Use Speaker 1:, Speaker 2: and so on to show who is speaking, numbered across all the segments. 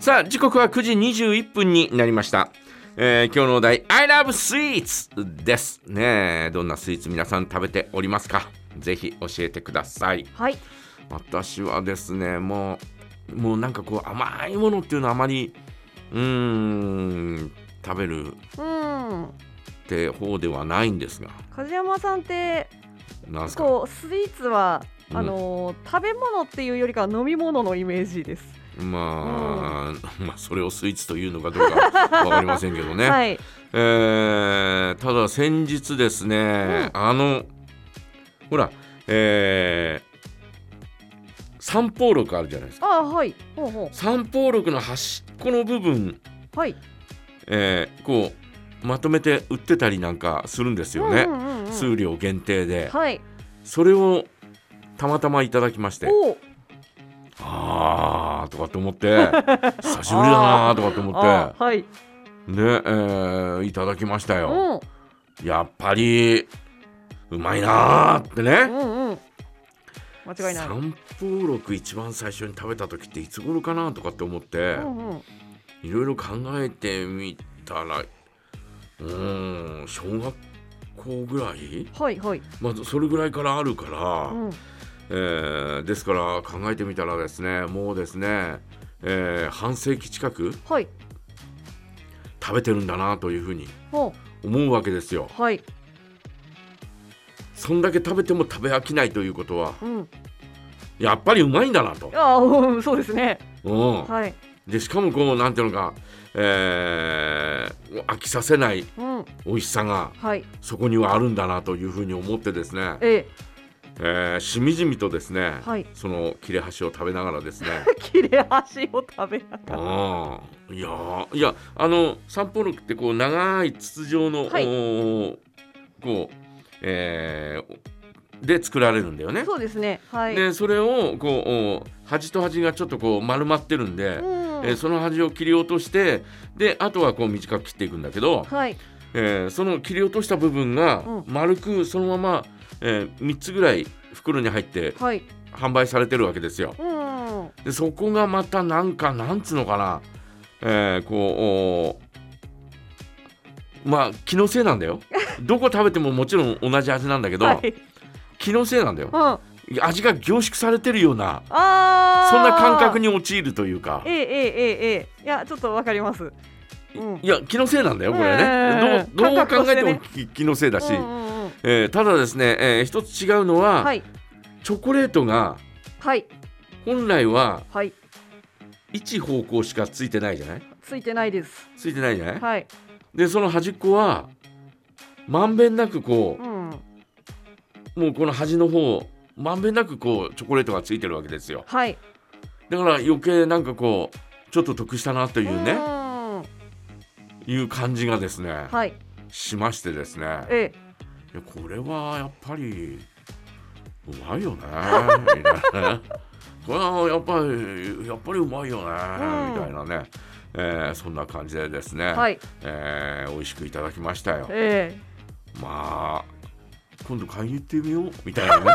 Speaker 1: さあ時刻は9時21分になりました、えー今日のお題「I love sweets」ですねえどんなスイーツ皆さん食べておりますかぜひ教えてください
Speaker 2: はい。
Speaker 1: 私はですねもうもうなんかこう甘いものっていうのはあまりうーん食べるっ
Speaker 2: うん。
Speaker 1: て方ではないんですが
Speaker 2: 梶山さんって
Speaker 1: なんすか
Speaker 2: こうスイーツは、
Speaker 1: うん
Speaker 2: あのー食べ物っていうよりかは飲み物のイメージです。
Speaker 1: まあ、まあそれをスイーツというのかどうかわかりませんけどね、
Speaker 2: はい。
Speaker 1: えーただ先日ですね、あのほらえー、三方六あるじゃないですか
Speaker 2: ああはい。ほうほ
Speaker 1: 三方六の端っこの部分、
Speaker 2: う。はい。
Speaker 1: えーこうまとめて売ってたりなんかするんですよね、
Speaker 2: うんうんうんうん
Speaker 1: 数量限定で、
Speaker 2: はい。
Speaker 1: それをたまたまいただきまして
Speaker 2: おお。
Speaker 1: あーとかと思って 久しぶりだなーとかと思
Speaker 2: あ
Speaker 1: っ
Speaker 2: ーはい。
Speaker 1: てで、えーいただきましたよ。
Speaker 2: うん。
Speaker 1: やっぱりうまいなーってね
Speaker 2: うんうん。間違いない。
Speaker 1: 三宝六一番最初に食べた時っていつ頃かなとかって思って
Speaker 2: うんうん。
Speaker 1: いろいろ考えてみたらうーん小学校ぐらい
Speaker 2: はいはい。
Speaker 1: まあそれぐらいからあるから、
Speaker 2: うん。
Speaker 1: えーですから考えてみたらですねもうですね、えー半世紀近く
Speaker 2: はい。
Speaker 1: 食べてるんだなというふうに
Speaker 2: ほ
Speaker 1: 思うわけですよ。
Speaker 2: う。はい。
Speaker 1: そんだけ食べても食べ飽きないということは
Speaker 2: うん。
Speaker 1: やっぱりうまいんだなと。
Speaker 2: ああ うんそうですね。
Speaker 1: うん
Speaker 2: はい。
Speaker 1: でしかもこうなんていうのか、えー飽きさせない
Speaker 2: うん。
Speaker 1: 美味しさが
Speaker 2: はい。
Speaker 1: そこにはあるんだなというふうに思ってですね、
Speaker 2: え
Speaker 1: えーしみじみとですね、
Speaker 2: はい
Speaker 1: その切れ端を食べながら ですね
Speaker 2: え。切れ端を食べながら。
Speaker 1: うんいやーいやあの散歩六ってこう長い筒状の、
Speaker 2: はい
Speaker 1: おーこう、えーで作られるんだよね。
Speaker 2: そうですね。はい。
Speaker 1: でそれをこうおー端と端がちょっとこう丸まってるんで、
Speaker 2: うん。
Speaker 1: えーその端を切り落としてであとはこう短く切っていくんだけど、
Speaker 2: はい。
Speaker 1: えーその切り落とした部分が
Speaker 2: うん
Speaker 1: 丸くそのまま、え3つぐらい袋に入って
Speaker 2: はい。
Speaker 1: 販売されてるわけですよ。
Speaker 2: うん。
Speaker 1: でそこがまたなんかなんつうのかな、えーこうおーまあ気のせいなん だよどこ食べてももちろん同じ味なんだけど、
Speaker 2: はい。
Speaker 1: 気のせいなんだよ
Speaker 2: うん。あ
Speaker 1: 味が凝縮されてるような
Speaker 2: あー。
Speaker 1: そんな感覚に陥るというか
Speaker 2: ええ。ええええええいやちょっとわかります。うん。
Speaker 1: いや気のせいなんだよこれ
Speaker 2: うん
Speaker 1: ね。どうどう
Speaker 2: 感覚
Speaker 1: 考
Speaker 2: とし
Speaker 1: え
Speaker 2: て
Speaker 1: て
Speaker 2: ね
Speaker 1: も気気のせいだし、
Speaker 2: うんうんうん
Speaker 1: えーただですね、えー一つ違うのは、
Speaker 2: はい
Speaker 1: チョコレートが
Speaker 2: はい
Speaker 1: 本来は
Speaker 2: はい
Speaker 1: 一方向しかついてないじゃない
Speaker 2: ついてないです。
Speaker 1: ついてないじゃない、
Speaker 2: はい。
Speaker 1: でその端っこはまんべんなくこ
Speaker 2: うん。
Speaker 1: うもうこの端の方まんべんなくこうチョコレートがついてるわけですよ
Speaker 2: はい。
Speaker 1: だから余計なんかこうちょっと得したなというね
Speaker 2: ん
Speaker 1: いう感じがですね
Speaker 2: はい。
Speaker 1: しましてですね
Speaker 2: え
Speaker 1: い
Speaker 2: え。
Speaker 1: やこれはやっぱりうま いよねみたいなねこれはやっぱりやっぱりうまいよね、
Speaker 2: うん
Speaker 1: みたいなね、えーそんな感じでですね、
Speaker 2: はい。
Speaker 1: えー美味しくいただきましたよ
Speaker 2: え
Speaker 1: まあ今度買いに行ってみようみたいな ね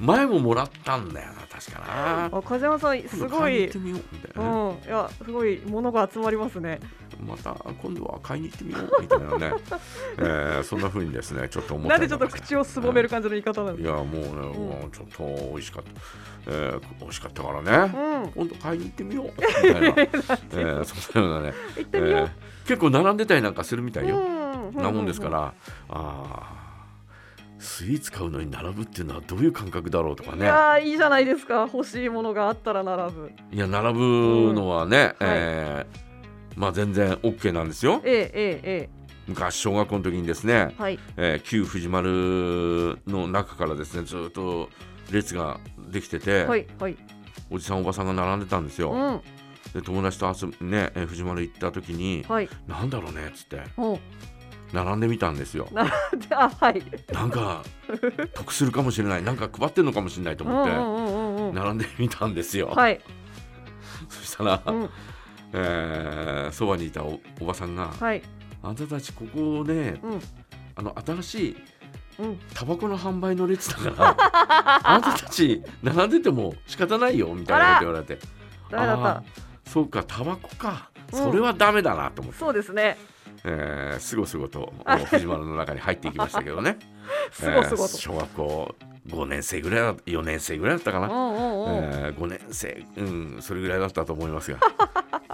Speaker 1: 前ももらったんだよな確か
Speaker 2: え。
Speaker 1: な
Speaker 2: あ風間さんす
Speaker 1: 今度
Speaker 2: ご
Speaker 1: 買いに
Speaker 2: い
Speaker 1: 行っ。てみようみた
Speaker 2: う
Speaker 1: いなね、
Speaker 2: ん、いやすごいものが集まりますね。
Speaker 1: また今度は買いに行ってみようみたいな ね、えーそんな風にですねちょっと思った
Speaker 2: なん
Speaker 1: り
Speaker 2: でちょ
Speaker 1: な
Speaker 2: っ
Speaker 1: んか
Speaker 2: と
Speaker 1: して
Speaker 2: 口をすぼめる感じの言い方なん
Speaker 1: い
Speaker 2: です
Speaker 1: やもうね、もうちょっと美味しかった、えー美味しかったから
Speaker 2: か。
Speaker 1: ね、
Speaker 2: うん、
Speaker 1: 今度買いに行ってみようみたい な、えーそんなようなね、
Speaker 2: 行ってみよう。
Speaker 1: えー結構並んでたりなんかするみたいよ、
Speaker 2: うん、
Speaker 1: なもんですから、あースイーツ買うのに並ぶっていうのはどういう感覚だろうとか
Speaker 2: い
Speaker 1: ね
Speaker 2: やーいいじゃないですか。欲しいものがあったら並ぶ。
Speaker 1: いや並ぶのはね、
Speaker 2: うんはい
Speaker 1: えーまあ全然 OK なんですよ
Speaker 2: えええええ
Speaker 1: 昔小学校の時にですね
Speaker 2: え、はい。
Speaker 1: えー旧藤丸の中からですねずーっと列ができてて、
Speaker 2: はいはい。
Speaker 1: おじさんおばさんが並んでたんですよ、
Speaker 2: うん
Speaker 1: で友達と遊びね、えー藤丸行った時に
Speaker 2: はい。
Speaker 1: 「なんだろうね」っつって
Speaker 2: おう
Speaker 1: 並んでみたんですよ。
Speaker 2: なあはい。
Speaker 1: なん か得するかもしれないなんか配ってんのかもしれないと
Speaker 2: うんう
Speaker 1: 思って
Speaker 2: んうんうんうん。
Speaker 1: 並んでみたんですよ。
Speaker 2: はい。
Speaker 1: そしたら、
Speaker 2: うん
Speaker 1: えーそばにいたおおばさんが、
Speaker 2: はい。
Speaker 1: あんたたちここをね
Speaker 2: うん
Speaker 1: あの新しい
Speaker 2: うん。
Speaker 1: タバコの販売の列だから あんたたち並んでても仕方ないよみたいなこと言われて
Speaker 2: 誰だっ
Speaker 1: あーそうかタバコか、
Speaker 2: うん
Speaker 1: それはダメだなと思って、
Speaker 2: そうですね。
Speaker 1: えー、すごすごとお藤丸の中に入っていきましたけどね
Speaker 2: すごすご
Speaker 1: え
Speaker 2: と
Speaker 1: ー。小学校5年生ぐらいだ4年生ぐらいだったかな、
Speaker 2: うんうんうん。
Speaker 1: えー、5年生、うん、それぐらいだったと思い ますが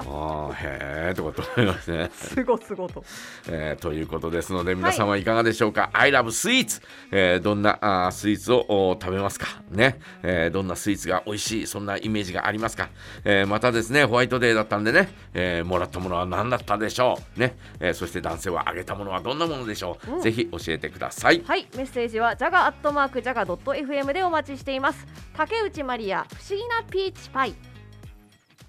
Speaker 1: ああへえとかと思いますね、
Speaker 2: すごすごと。
Speaker 1: えーということですので皆さんはいかがでしょうか「ILOVE スイーツ」えーどんなあースイーツをお食べますかね、えーどんなスイーツが美味しいそんなイメージがありますか、えーまたですねホワイトデーだったんでね、えーもらったものは何だったでしょうね、えーそして男性はあげたものはどんなものでしょう、
Speaker 2: うん
Speaker 1: ぜひ教えてください
Speaker 2: はい、メッセージはジャガアットマークジャガドット FM でお待ちしています。竹内まりや不思議なピーチパイ、